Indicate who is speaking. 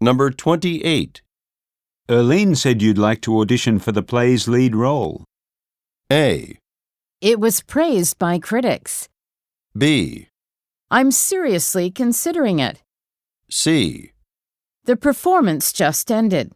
Speaker 1: Number 28.
Speaker 2: Erlene said you'd like to audition for the play's lead role.
Speaker 1: A.
Speaker 3: It was praised by critics.
Speaker 1: B.
Speaker 3: I'm seriously considering it.
Speaker 1: C.
Speaker 3: The performance just ended.